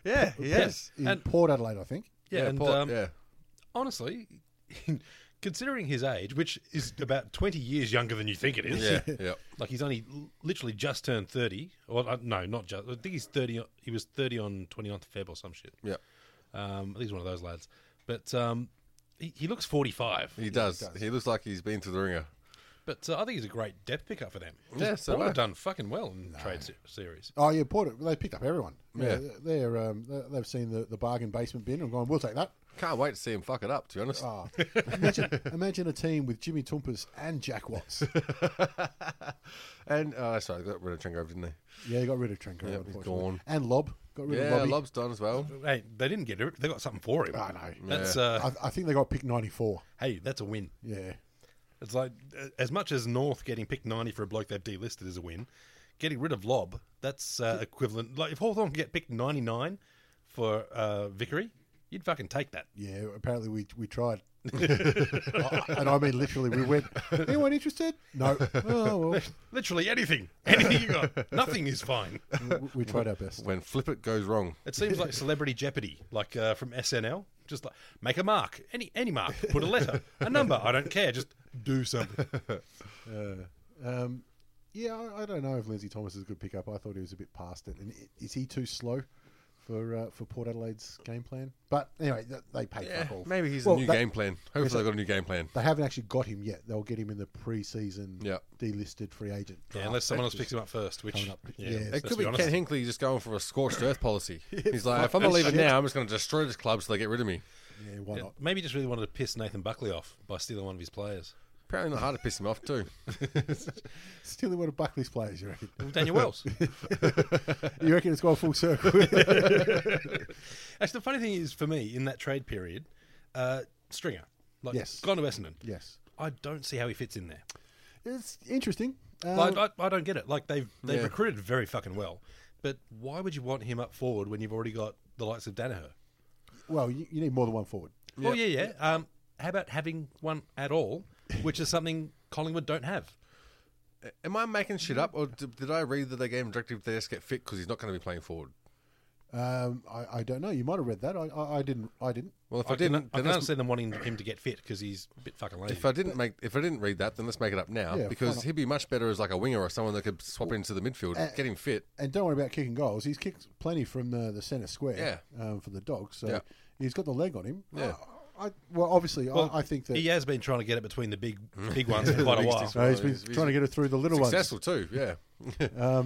S4: Yeah, yes.
S3: in
S5: And-
S3: Port Adelaide, I think.
S5: Yeah, and
S4: Port-
S5: um,
S4: yeah.
S5: honestly, considering his age, which is about 20 years younger than you think it is.
S4: Yeah, yeah.
S5: Like he's only l- literally just turned 30. Or uh, no, not just. I think he's 30. on- He was 30 on 29th of Feb or some shit.
S4: Yeah.
S5: Um, I think he's one of those lads. But um, he, he looks 45.
S4: He does. He looks like he's been through the ringer.
S5: But uh, I think he's a great depth pickup for them.
S4: Yeah, so
S5: Port have
S4: right.
S5: done fucking well in trade se- series.
S3: Oh yeah, Port. They picked up everyone.
S4: Yeah.
S3: they're um, they- they've seen the, the bargain basement bin and gone. We'll take that.
S4: Can't wait to see him fuck it up. To be honest,
S3: Oh, imagine, imagine a team with Jimmy Tumpus and Jack Watts.
S4: and uh, sorry, I got rid of Trenko, didn't they?
S3: Yeah, they got rid of Trenko.
S4: he's
S3: unfortunately.
S4: gone.
S3: And Lob got rid
S4: Yeah,
S3: of Lobby.
S4: Lob's done as well.
S5: Hey, they didn't get it. They got something for him.
S3: I know.
S5: That's uh,
S3: I, I think they got pick ninety four.
S5: hey, that's a win.
S3: Yeah.
S5: It's like uh, as much as North getting picked ninety for a bloke they've delisted is a win. Getting rid of Lob, that's uh, equivalent. Like if Hawthorn can get picked ninety nine for uh, Vickery, you'd fucking take that.
S3: Yeah, apparently we we tried. I- and I mean literally we went anyone interested? No. Oh well
S5: Literally anything, anything you got, nothing is fine.
S3: we, we tried our best.
S4: When flip it goes wrong,
S5: It seems like Celebrity Jeopardy, like uh, from SNL. Just like make a mark, any any mark, put a letter, a number. I don't care. Just do something.
S3: Um yeah, I, I don't know if Lindsay Thomas is a good pickup. I thought he was a bit past it. And i- is he too slow for uh, for Port Adelaide's game plan? But anyway, th- they paid fuck all.
S4: maybe he's
S3: Well,
S4: a new
S3: that-
S4: game plan. Hopefully, they got a new game plan.
S3: They haven't actually got him yet. They'll get him in the pre-season
S4: Yeah.
S3: delisted free agent.
S5: Yeah,
S3: draft.
S5: unless someone else picks him up first, which
S3: Coming up,
S5: yeah,
S3: yeah. It
S5: let's
S4: It could be,
S5: honest.
S4: Ken Hinkley just going for a scorched earth policy. He's like, if I'm not leaving now, I'm just going to destroy this club so they get rid of me.
S3: Yeah, why not?
S5: Maybe he just really wanted to piss Nathan Buckley off by stealing one of his players.
S4: Apparently, not hard to piss him off too.
S3: Still one of Buckley's players, you reckon?
S5: Daniel Wells.
S3: You reckon it's gone full circle?
S5: Actually, the funny thing is for me in that trade period, uh, Stringer, like
S3: Yes.
S5: gone to Essendon.
S3: yes.
S5: I don't see how he fits in there.
S3: It's interesting. Um,
S5: Like, I, I don't get it. Like they've they've
S4: Yeah.
S5: recruited very fucking well, but why would you want him up forward when you've already got the likes of Danaher.
S3: Well, you, you need more than one forward.
S5: Well, yeah, yeah. Um, how about having one at all, which is something Collingwood don't have?
S4: Am I making shit up, or did, did I read that they gave him directive to just get fit because he's not going to be playing forward?
S3: Um, I, I don't know. You might have read that. I, I, I didn't. I didn't.
S4: Well, if I,
S5: I, can,
S4: didn't,
S5: I
S4: then
S5: can't
S4: let's,
S5: see them wanting him to get fit because he's a bit fucking lazy.
S4: if I didn't make, if I didn't read that, then let's make it up now
S3: Yeah, why
S4: because
S3: not?
S4: he'd be much better as like a winger or someone that could swap into the midfield, get him fit.
S3: And don't worry about kicking goals. He's kicked plenty from the, the centre square um, for the dogs. So
S4: Yeah.
S3: he's got the leg on him.
S4: Yeah.
S3: I, I, well, obviously,
S5: Well,
S3: I, I think that
S5: he has been trying to get it between the big, big ones for quite a
S4: Biggest
S5: while.
S4: is-
S3: No, he's
S4: Well,
S3: been
S4: he's- he's
S3: trying to get it through the little ones.
S4: Successful too, yeah.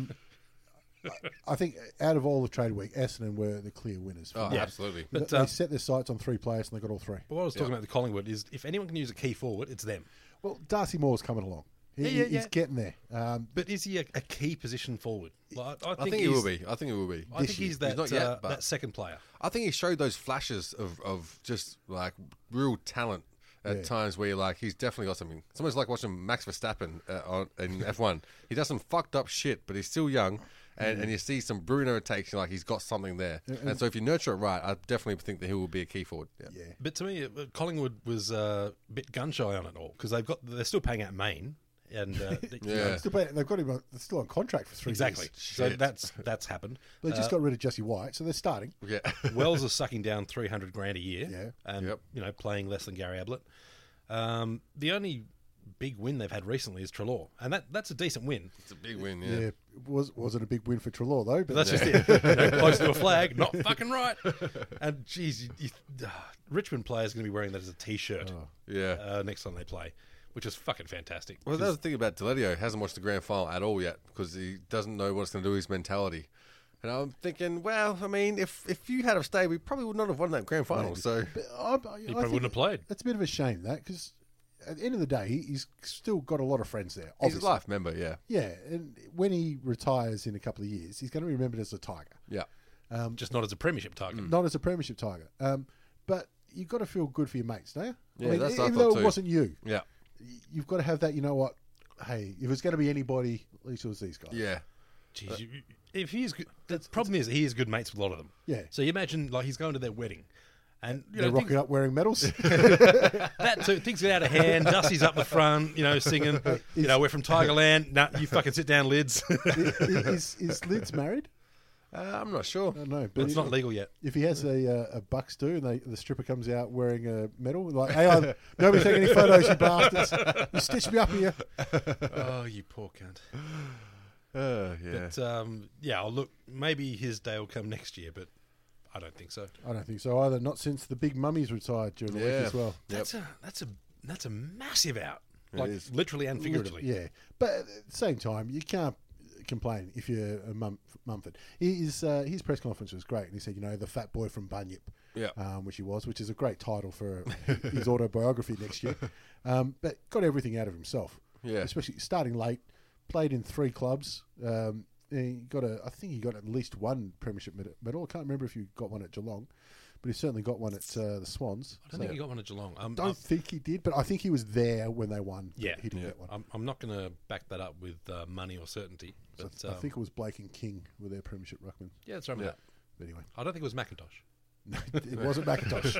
S3: I think out of all the trade week, Essendon were the clear winners. for
S4: Oh,
S3: me.
S4: absolutely.
S3: They-
S5: But,
S3: they
S5: uh,
S3: set their sights on three players and they got all three.
S5: But what I was talking about the Collingwood is if anyone can use a key forward, it's them.
S3: Well, Darcy Moore's coming along. He,
S5: Yeah, yeah,
S3: he's
S5: yeah.
S3: getting there. Um,
S5: But is he a, a key position forward? Like, I, I
S4: I think, he
S5: he's-
S4: will be. I think he will be.
S5: I think he's that,
S4: not yet,
S5: uh,
S4: but-
S5: that second player.
S4: I think he showed those flashes of, of just like real talent at times where you're like, he's definitely got something. It's almost like watching Max Verstappen uh, on, in F1. He does some fucked up shit, but he's still young. And, and you see some brewing overtakes, you're like, he's got something there. And so if you nurture it right, I definitely think that he will be a key forward. Yeah.
S5: But to me, uh, Collingwood was uh, a bit gun shy on it all because they've got they're still paying out Maine and uh, they- you know,
S4: Yeah.
S3: still paying- they've got him on, they're still on contract for three
S5: exactly. Uh,
S3: years.
S5: So
S4: Shit.
S5: that's that's happened.
S3: They just got rid of Jesse White, so they're starting.
S4: Yeah.
S5: Wells is sucking down three hundred grand a year,
S3: Yeah.
S5: and
S4: Yep.
S5: you know playing less than Gary Ablett. Um, the only big win they've had recently is Trelaw, and that that's a decent win.
S4: it's a big win, yeah.
S3: Yeah. Was, wasn't a big win for Trelaw, though.
S5: But
S3: But
S5: that's just it. You know, close to a flag, not fucking right. And geez, you, you, ah, Richmond players going to be wearing that as a T-shirt
S4: Yeah.
S5: uh, next time they play, which is fucking fantastic.
S4: Well, that's the thing about Deledio. Hasn't watched the grand final at all yet because he doesn't know what it's going to do. with His mentality, and I'm thinking, well, I mean, if if you had have stayed, we probably would not have won that grand final. So
S3: I, I,
S5: He probably wouldn't have played.
S3: That's a bit of a shame, that, because at the end of the day, he- he's still got a lot of friends there.
S4: he's
S3: Obviously.
S4: a life member, yeah,
S3: Yeah, and when he retires in a couple of years, he's going to be remembered as a Tiger.
S4: yeah,
S5: just not as a premiership target.
S3: not as a premiership tiger. Um, but you've got to feel good for your mates, don't you?
S4: Yeah, that's what I
S3: e, even
S4: thought
S3: though it
S4: too.
S3: wasn't you,
S4: yeah,
S3: y- you've got to have that. You know what? Hey, if it's going to be anybody, at least it was these guys.
S4: yeah.
S5: Jeez, you, if he is, good, the problem is he is good mates with a lot of them.
S3: Yeah.
S5: So you imagine like he's going to their wedding, and you
S3: They're
S5: know,
S3: rocking
S5: things,
S3: up wearing medals.
S5: that too, things get out of hand. Dusty's up the front, you know, singing. You know, we're from Tigerland. Nah, you fucking sit down, lids.
S3: is, is Lids married?
S4: Uh, I'm not sure.
S3: I don't know. But
S5: it's
S3: i-
S5: not legal yet.
S3: If he has a, uh, a bucks do and they, the stripper comes out wearing a medal, like, hey, I'm, nobody take any photos, you bastards. You stitch me up here.
S5: Oh, you poor cunt.
S4: Uh, yeah,
S5: But um, yeah, I'll look. Maybe his day will come next year, but I don't think so.
S3: I don't think so either. Not since the big mummies retired during the
S4: Yeah.
S3: week as well.
S5: That's a that's a that's a massive out, like
S4: is.
S5: literally and figuratively.
S3: Yeah, but at the same time, you can't complain if you're a Mum- Mumford. He is, uh, his press conference was great, and he said, you know, the fat boy from Bunyip,
S4: Yeah.
S3: um, which he was, which is a great title for uh, his autobiography next year. Um, but got everything out of himself.
S4: Yeah.
S3: especially starting late, played in three clubs. Um, he got a, I think he got at least one premiership med- medal. I can't remember if you got one at Geelong, but he certainly got one at uh, the Swans.
S5: I don't think he got one at Geelong. I'm,
S3: Don't
S5: I'm-
S3: think he did, but I think he was there when they won.
S5: Yeah.
S3: he did that one.
S5: I'm, I'm not going to back that up with uh, money or certainty. But um,
S3: I think it was Blake and King were their premiership ruckman.
S5: yeah, that's right. with that.
S3: But anyway,
S5: I don't think it was Macintosh.
S3: no, it wasn't McIntosh.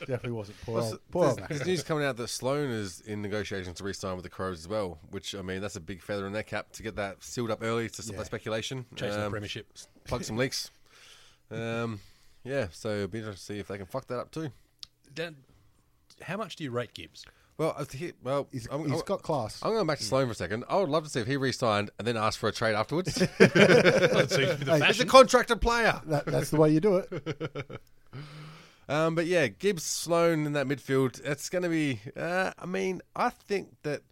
S3: Definitely wasn't. Poor
S4: Well,
S3: old,
S4: s-
S3: poor old
S4: there's,
S3: McIntosh.
S4: there's news coming out that Sloan is in negotiations to re-sign with the Crows as well, which I mean that's a big feather in their cap to get that sealed up early to stop
S3: Yeah.
S4: that speculation.
S5: Chasing the
S4: Um,
S5: premiership.
S4: plug some leaks. Um, yeah, so it'll be interesting to see if they can fuck that up too.
S5: Dan, how much do you rate Gibbs?
S4: Well, I thi- well,
S3: He's,
S4: I'm-
S3: he's
S4: I'm-
S3: got class.
S4: I'm going back to Sloan for a second. I would love to see if he re-signed and then asked for a trade afterwards.
S5: Doesn't seem to be the
S4: He's a
S5: fashion.
S4: contracted player.
S3: That, that's the way you do it.
S4: Um, but yeah, Gibbs, Sloan in that midfield. It's going to be. Uh, I mean, I think that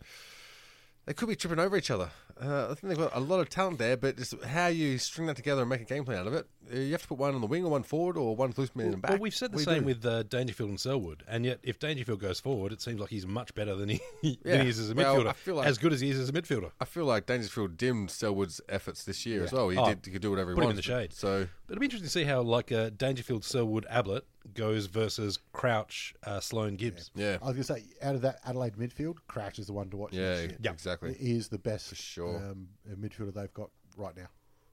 S4: they could be tripping over each other. Uh, I think they've got a lot of talent there, but just how you string that together and make a game plan out of it. uh, You have to put one on the wing or one forward or one loose man in the back.
S5: Well, we've said the
S4: What do you
S5: same
S4: do?
S5: with uh, Dangerfield and Selwood, and yet if Dangerfield goes forward, it seems like he's much better than he,
S4: Yeah.
S5: than he is as a
S4: Well,
S5: midfielder.
S4: I feel like-
S5: as good as he is as a midfielder.
S4: I feel like Dangerfield dimmed Selwood's efforts this year as well. He
S5: Oh,
S4: did. He could do whatever he
S5: Put him
S4: wanted.
S5: in the shade.
S4: So
S5: But it'll be interesting to see how like uh, Dangerfield, Selwood, Ablett goes versus Crouch, uh, Sloan, Gibbs.
S4: yeah,
S3: I was going to say, out of that Adelaide midfield, Crouch is the one to watch.
S4: yeah,
S3: next year.
S4: exactly.
S3: He is the best
S4: sure.
S3: um, midfielder they've got right now.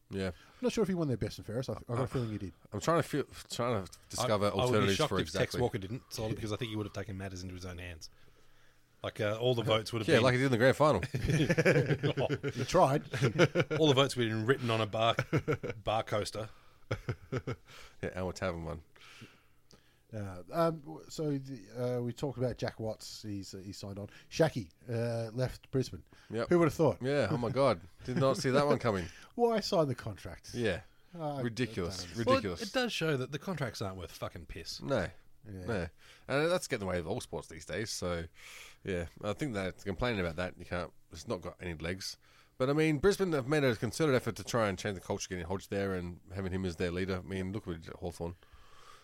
S4: Yeah.
S3: I'm not sure if he won their best and fairest. I, th- I got a feeling he did.
S4: I'm trying to feel, trying to discover
S5: I, I would be
S4: alternatives
S5: shocked
S4: for
S5: if
S4: exactly.
S5: Tex Walker didn't solely because I think he would have taken matters into his own hands. Like uh, all the votes would have
S4: yeah,
S5: been
S4: like he did in the grand final.
S3: He tried.
S5: all the votes would have been written on a bar bar coaster.
S4: yeah, Alma Tavern one.
S3: Uh, um, w- so the, uh, we talked about Jack Watts. He's uh, he signed on. Shacky uh, left Brisbane.
S4: Yep.
S3: Who would have thought?
S4: Yeah. Oh my God, did not see that one coming.
S3: Why sign the contract?
S4: Yeah.
S3: I-
S4: ridiculous.
S3: I
S5: Well, it-
S4: Ridiculous. Mm.
S5: it, does show that the contracts aren't worth fucking piss.
S4: No. No. And that's getting the way of all sports these days. So, yeah, I think that complaining about that, you can't, it's not got any legs. But I mean, Brisbane have made a concerted effort to try and change the culture, getting Hodge there and having him as their leader. I mean, look what he did at Hawthorn.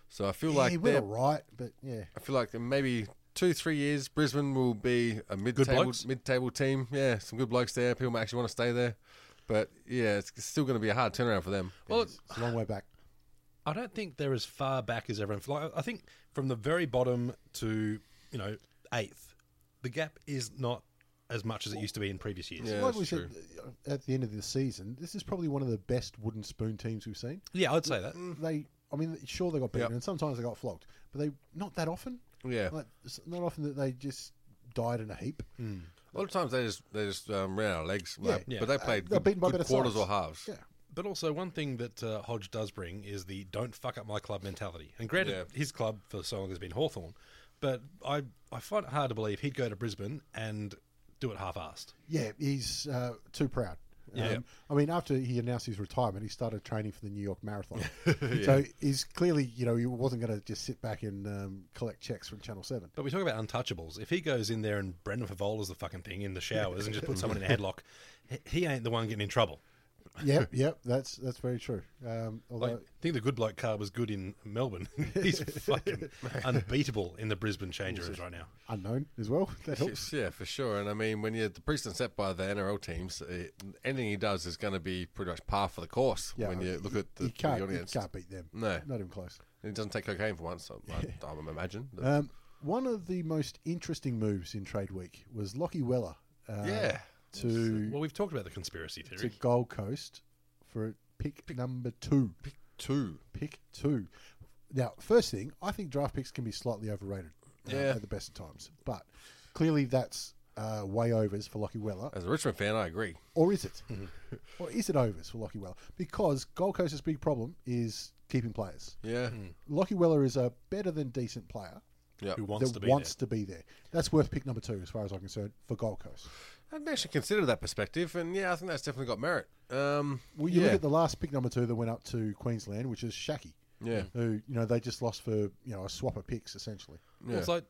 S4: So I feel
S3: Yeah, he
S4: like
S3: went
S4: they're-
S3: all right, but yeah,
S4: I feel like in maybe two, three years, Brisbane will be a mid-table,
S5: blokes?
S4: mid-table team. Yeah, some good blokes there. People might actually want to stay there. But yeah, it's still going to be a hard turnaround for them.
S5: Well,
S3: it's a long way back.
S5: I don't think they're as far back as everyone. Like, I think from the very bottom to you know eighth, the gap is not as much as it used to be in previous years.
S4: Yeah,
S3: like
S4: that's
S3: we said uh, at the end of the season, this is probably one of the best wooden spoon teams we've seen.
S5: Yeah, I'd say that.
S4: Mm.
S3: They, I mean, sure they got beaten,
S4: Yep.
S3: and sometimes they got flogged, but they not that often.
S4: Yeah.
S3: like, it's not often that they just died in a heap.
S4: A lot of times they just they just um, ran out of legs. Like,
S5: Yeah.
S4: But they
S3: Uh,
S4: played
S3: they're
S4: good,
S3: beaten by
S4: good
S3: better
S4: quarters
S3: sides.
S4: or halves.
S3: Yeah,
S5: But also, one thing that uh, Hodge does bring is the "don't fuck up my club" mentality. And granted,
S4: Yeah.
S5: his club for so long has been Hawthorn, but I I find it hard to believe he'd go to Brisbane and do it half-assed.
S3: yeah, he's uh, too proud. Um,
S5: Yeah.
S3: I mean, after he announced his retirement, he started training for the New York Marathon. So he's clearly, you know, he wasn't going to just sit back and um, collect checks from Channel Seven.
S5: But we talk about untouchables. If he goes in there and Brendan Favola's the fucking thing in the showers and just puts someone in a headlock, he- he ain't the one getting in trouble.
S3: yep, yep, that's that's very true. Um, although,
S5: Like, I think the good bloke car was good in Melbourne. He's fucking unbeatable in the Brisbane change rooms right now.
S3: unknown as well. That helps.
S4: Yes, Yeah, for sure. And I mean, when you're the precedent set by the NRL teams, eh, anything he does is going to be pretty much par for the course
S3: Yeah,
S4: when you look at the,
S3: you can't,
S4: the
S3: you
S4: audience.
S3: can't beat them.
S4: No.
S3: not even close.
S4: He doesn't take cocaine for once, I, I, I would imagine. But-
S3: Um, one of the most interesting moves in trade week was Lockie Weller. Uh,
S4: yeah.
S3: To
S5: Well, we've talked about the conspiracy
S3: to
S5: theory.
S3: Gold Coast for pick, number two. Pick,
S4: Two.
S3: two. Now, first thing, I think draft picks can be slightly overrated. uh,
S4: Yeah.
S3: at the best of times, but clearly that's uh, way overs for Lockie Weller,
S4: As a Richmond fan, I agree.
S3: or is it? or is it overs for Lockie Weller? Because Gold Coast's big problem is keeping players.
S4: Yeah.
S5: Hmm.
S3: Lockie Weller is a better than decent player
S4: Yeah.
S5: Who wants
S3: that
S5: to be
S3: wants
S5: there?
S3: to be there. That's worth pick number two, as far as I'm concerned, for Gold Coast.
S4: I hadn't actually considered that perspective, and yeah, I think that's definitely got merit. Um,
S3: Well, you
S4: yeah.
S3: look at the last pick number two that went up to Queensland, which is Shacky.
S4: Yeah.
S3: Who, you know, they just lost for, you know, a swap of picks, essentially.
S5: Well, it's like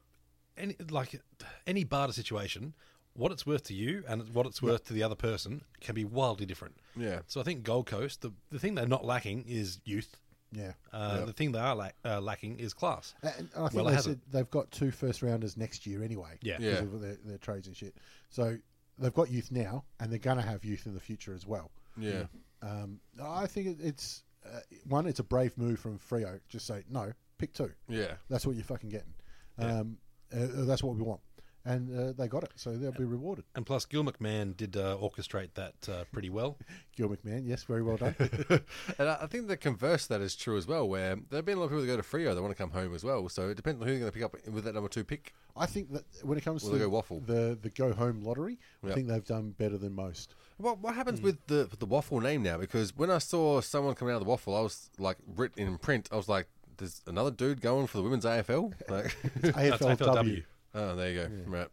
S5: any like any barter situation. What it's worth to you and what it's worth to the other person can be wildly different.
S4: Yeah.
S5: So I think Gold Coast, the, the thing they're not lacking is youth.
S3: Yeah. Uh,
S5: Uh, The thing they are lack, uh, lacking is class.
S3: And, and I think
S5: Weller
S3: they said
S5: hasn't.
S3: they've got two first rounders next year anyway.
S5: Yeah.
S3: Because
S4: Yeah.
S3: of their, their trades and shit. So they've got youth now, and they're going to have youth in the future as well.
S4: Yeah.
S3: Um, I think it, it's, uh, one, it's a brave move from Frio. Just say, no, pick two.
S4: Yeah.
S3: That's what you're fucking getting. Um, uh, that's what we want. And uh, they got it, so they'll be rewarded.
S5: And plus, Gil McMahon did uh, orchestrate that uh, pretty well.
S3: Gil McMahon, yes, very well done.
S4: And I I think the converse to that is true as well, where there have been a lot of people that go to Frio that want to come home as well. So it depends on who you're going to pick up with that number two pick.
S3: I think that when it comes
S4: Will
S3: to
S4: they go waffle?
S3: the the go home lottery, I
S4: Yep.
S3: think they've done better than most.
S4: What what happens
S3: Hmm.
S4: with the the waffle name now? Because when I saw someone coming out of the waffle, I was like writ in print. I was like, "There's another dude going for the women's AFL." Like,
S3: AFLW.
S5: AFLW.
S4: oh, there you go. Right,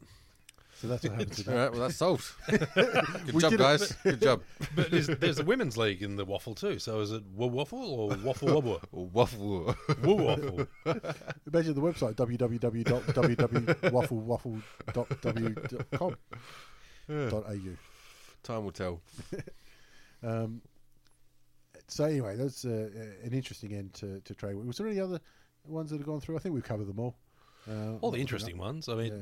S3: So that's what happened
S4: all
S3: today.
S4: right. Well, that's solved. Good
S3: did
S4: job,
S3: it.
S4: guys. Good job.
S5: But there's, there's the women's league in the waffle too. So is it Wa waffle or waffle wobble?
S4: Waffle.
S5: Woo waffle.
S3: Imagine the website www.www.wafflewaffle.w.com. dot au.
S4: Time will tell.
S3: So anyway, that's uh, uh, an interesting end to, to trade. Was there any other ones that have gone through? I think we've covered them all. Uh,
S5: All the interesting ones. I mean,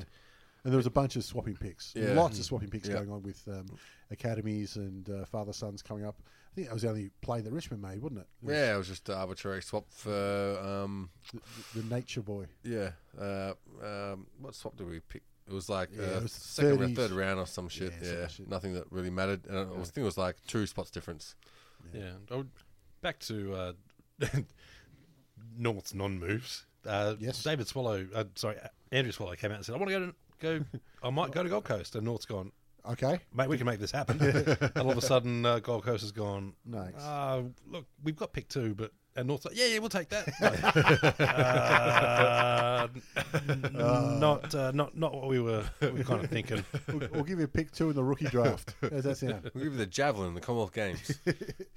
S3: And there was a bunch of swapping picks.
S4: Yeah.
S3: Lots of swapping picks
S4: Yeah.
S3: going on with um, academies and uh, father sons coming up. I think that was the only play that Richmond made, wasn't it? It was
S4: Yeah, it was just an arbitrary swap for um,
S3: The, the Nature Boy.
S4: yeah. Uh, um, what swap did we pick? It was like
S3: Yeah,
S4: uh,
S3: it was
S4: second round,
S3: 30s.
S4: third round or some shit.
S3: Yeah,
S4: Yeah,
S3: some shit.
S4: nothing that really mattered. And I was thinking it was like two spots difference.
S5: Yeah. I would- back to uh, North's non-moves. Uh,
S3: Yes.
S5: David Swallow, uh, sorry, Andrew Swallow came out and said, "I want to go to go. I might go to Gold Coast." And North's gone.
S3: Okay.
S5: Mate, we can make this happen. and all of a sudden, uh, Gold Coast has gone.
S3: Nice.
S5: Uh, look, we've got pick two, but and North's like, yeah, yeah, we'll take that. Like, uh, n- not, uh, not, not what we were, we were kind of thinking.
S3: We'll, we'll give you pick two in the rookie draft. How's that sound?
S4: We'll give you the javelin in the Commonwealth Games.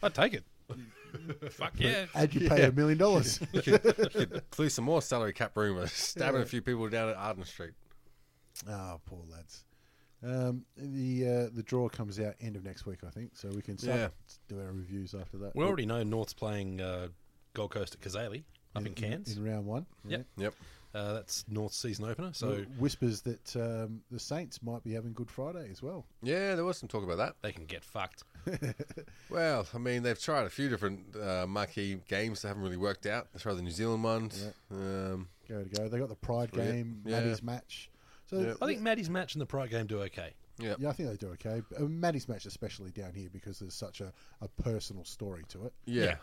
S5: I'd take it. Fuck yeah.
S3: And you pay a million dollars.
S4: Clue some more salary cap rumours. Stabbing a few people down at Arden Street.
S3: Ah, poor lads. Um, the uh, the draw comes out end of next week, I think, so we can start
S4: Yeah.
S3: do our reviews after that.
S5: We already know North's playing uh, Gold Coast at Kazali up in Cairns.
S3: in round one.
S5: Yep.
S4: Yep.
S5: Uh, that's North's season opener. So
S3: So whispers that um, the Saints might be having Good Friday as well.
S4: Yeah, there was some talk about that.
S5: they can get fucked.
S4: Well, I mean, they've tried a few different uh, marquee games that haven't really worked out. They tried the New Zealand ones. Um,
S3: Go to go. They got the Pride
S4: Brilliant.
S3: game,
S4: Yeah.
S3: Maddie's match. So
S5: I think Maddie's match and the Pride game do okay.
S4: yeah.
S3: yeah, I think they do okay. But, uh, Maddie's match, especially down here, because there's such a, a personal story to it.
S4: yeah.
S5: Yeah.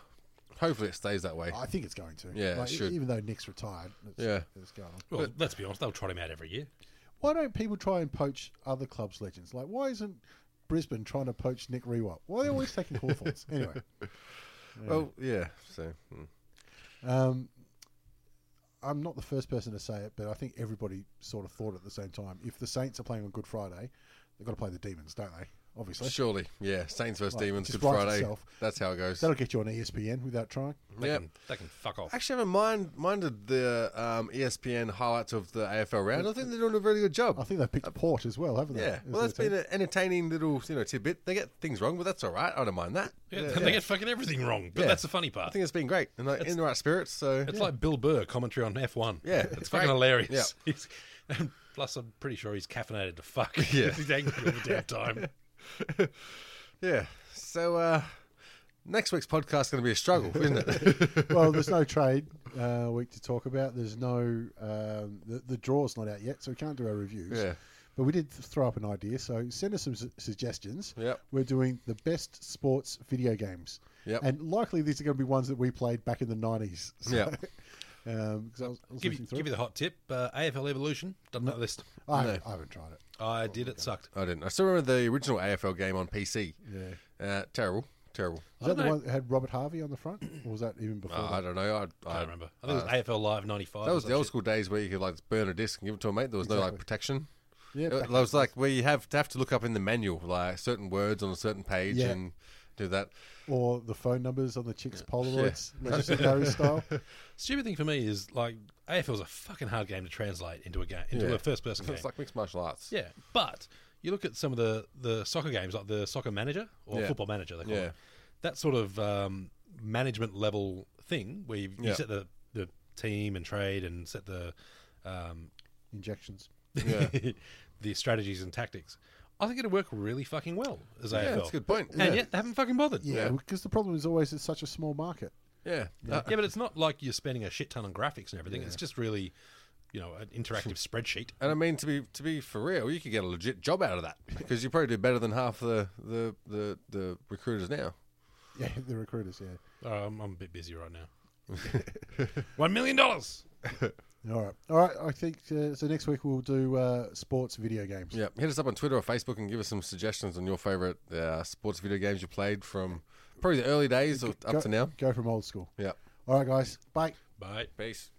S4: Hopefully it stays that way.
S3: I think it's going to.
S4: Yeah, it
S3: Like, e-
S4: should.
S3: Even though Nick's retired, it's,
S4: Yeah.
S3: it's going on.
S5: Well, let's be honest, they'll trot him out every year.
S3: Why don't people try and poach other clubs' legends? Like, why isn't Brisbane trying to poach Nick Rewalt? Why are they always taking Hawthorns? Anyway,
S4: Well, Oh, yeah. So, mm.
S3: um, I'm not the first person to say it, but I think everybody sort of thought at the same time. If the Saints are playing on Good Friday, they've got to play the Demons, don't they? Obviously.
S4: surely, yeah. Saints versus
S3: Like,
S4: Demons,
S3: just
S4: Good
S3: writes
S4: Friday.
S3: itself.
S4: That's how it goes.
S3: That'll get you on E ESPN without trying.
S5: They,
S4: Yeah.
S5: can, they can fuck off.
S4: Actually, I haven't mind, minded the um, ESPN highlights of the AFL round. I think they're doing a really good job.
S3: I think they've picked Port as well, haven't they?
S4: Uh, yeah.
S3: As
S4: Well, that's
S3: their
S4: been an entertaining little you know tidbit. They get things wrong, but that's all right. I don't mind that.
S5: Yeah, they get fucking everything wrong, but
S4: Yeah.
S5: that's the funny part.
S4: I think it's been great and like, in the right spirits. So
S5: It's like Bill Burr commentary on F1.
S4: Yeah,
S5: It's,
S4: it's
S5: fucking
S4: great.
S5: hilarious.
S4: Yeah.
S5: He's, and plus, I'm pretty sure he's caffeinated to fuck.
S4: Yeah.
S5: he's angry all the damn time.
S4: yeah. So uh, next week's podcast is going to be a struggle, isn't it?
S3: well, there's no trade uh, week to talk about. There's no um, the, the draw's not out yet, so we can't do our reviews.
S4: Yeah.
S3: But we did throw up an idea, so send us some su- suggestions.
S4: Yep.
S3: We're doing the best sports video games.
S4: Yep.
S3: And likely these are going to be ones that we played back in the 90s. So,
S4: yeah.
S3: um, 'cause I was, I was
S5: Give you,
S3: looking through
S5: give you
S3: it.
S5: the hot tip. Uh, AFL Evolution. Done that list.
S4: Oh,
S3: I, haven't- I haven't tried it.
S5: I did. It sucked.
S4: I didn't. I still remember the original AFL game on PC.
S3: Yeah.
S4: Uh, terrible. Terrible.
S3: Is that the one that had Robert Harvey on the front? Or was that even before?
S4: Uh, I
S3: that?
S4: don't know. I,
S5: I don't remember. I think it was AFL Live 95.
S4: That was
S5: or
S4: the old
S5: some
S4: school days where you could like burn a disc and give it to a mate. There was no like
S3: Exactly.
S4: protection.
S3: Yeah,
S4: It-
S3: back-
S4: that was like where you have to have to look up in the manual like certain words on a certain page
S3: Yeah.
S4: and do that.
S3: Or the phone numbers on the chicks' Polaroids, Register Barry style.
S5: shit. Stupid thing for me is like AFL's a fucking hard game to translate into a game into
S4: Yeah.
S5: a first person game.
S4: It's like mixed martial arts.
S5: Yeah, but you look at some of the the soccer games, like the soccer manager or
S4: Yeah.
S5: football manager, they call
S4: Yeah.
S5: it. That sort of um, management level thing where you, you
S4: Yeah.
S5: set the the team and trade and set the um,
S3: Injections.
S5: the strategies and tactics. I think it'd work really fucking well as AFL.
S4: that's a good point.
S5: And
S4: Yeah.
S5: yet they haven't fucking bothered.
S3: Yeah, because the problem is always it's such a small market.
S4: Yeah. Uh,
S5: yeah, but it's not like you're spending a shit ton on graphics and everything. It's just really, you know, an interactive spreadsheet.
S4: and I mean to be to be for real, you could get a legit job out of that because you probably do better than half the the the, the recruiters now.
S3: Yeah, the recruiters. Yeah.
S5: Oh, I'm, I'm a bit busy right now. One million dollars.
S3: All right. All right. I think uh, so. Next week we'll do uh, sports video games.
S4: Yeah. Hit us up on Twitter or Facebook and give us some suggestions on your favorite uh, sports video games you played from probably the early days or
S3: Go-
S4: up to now.
S3: Go from old school.
S4: Yeah.
S3: All right, guys. Bye.
S5: Bye.
S4: Peace.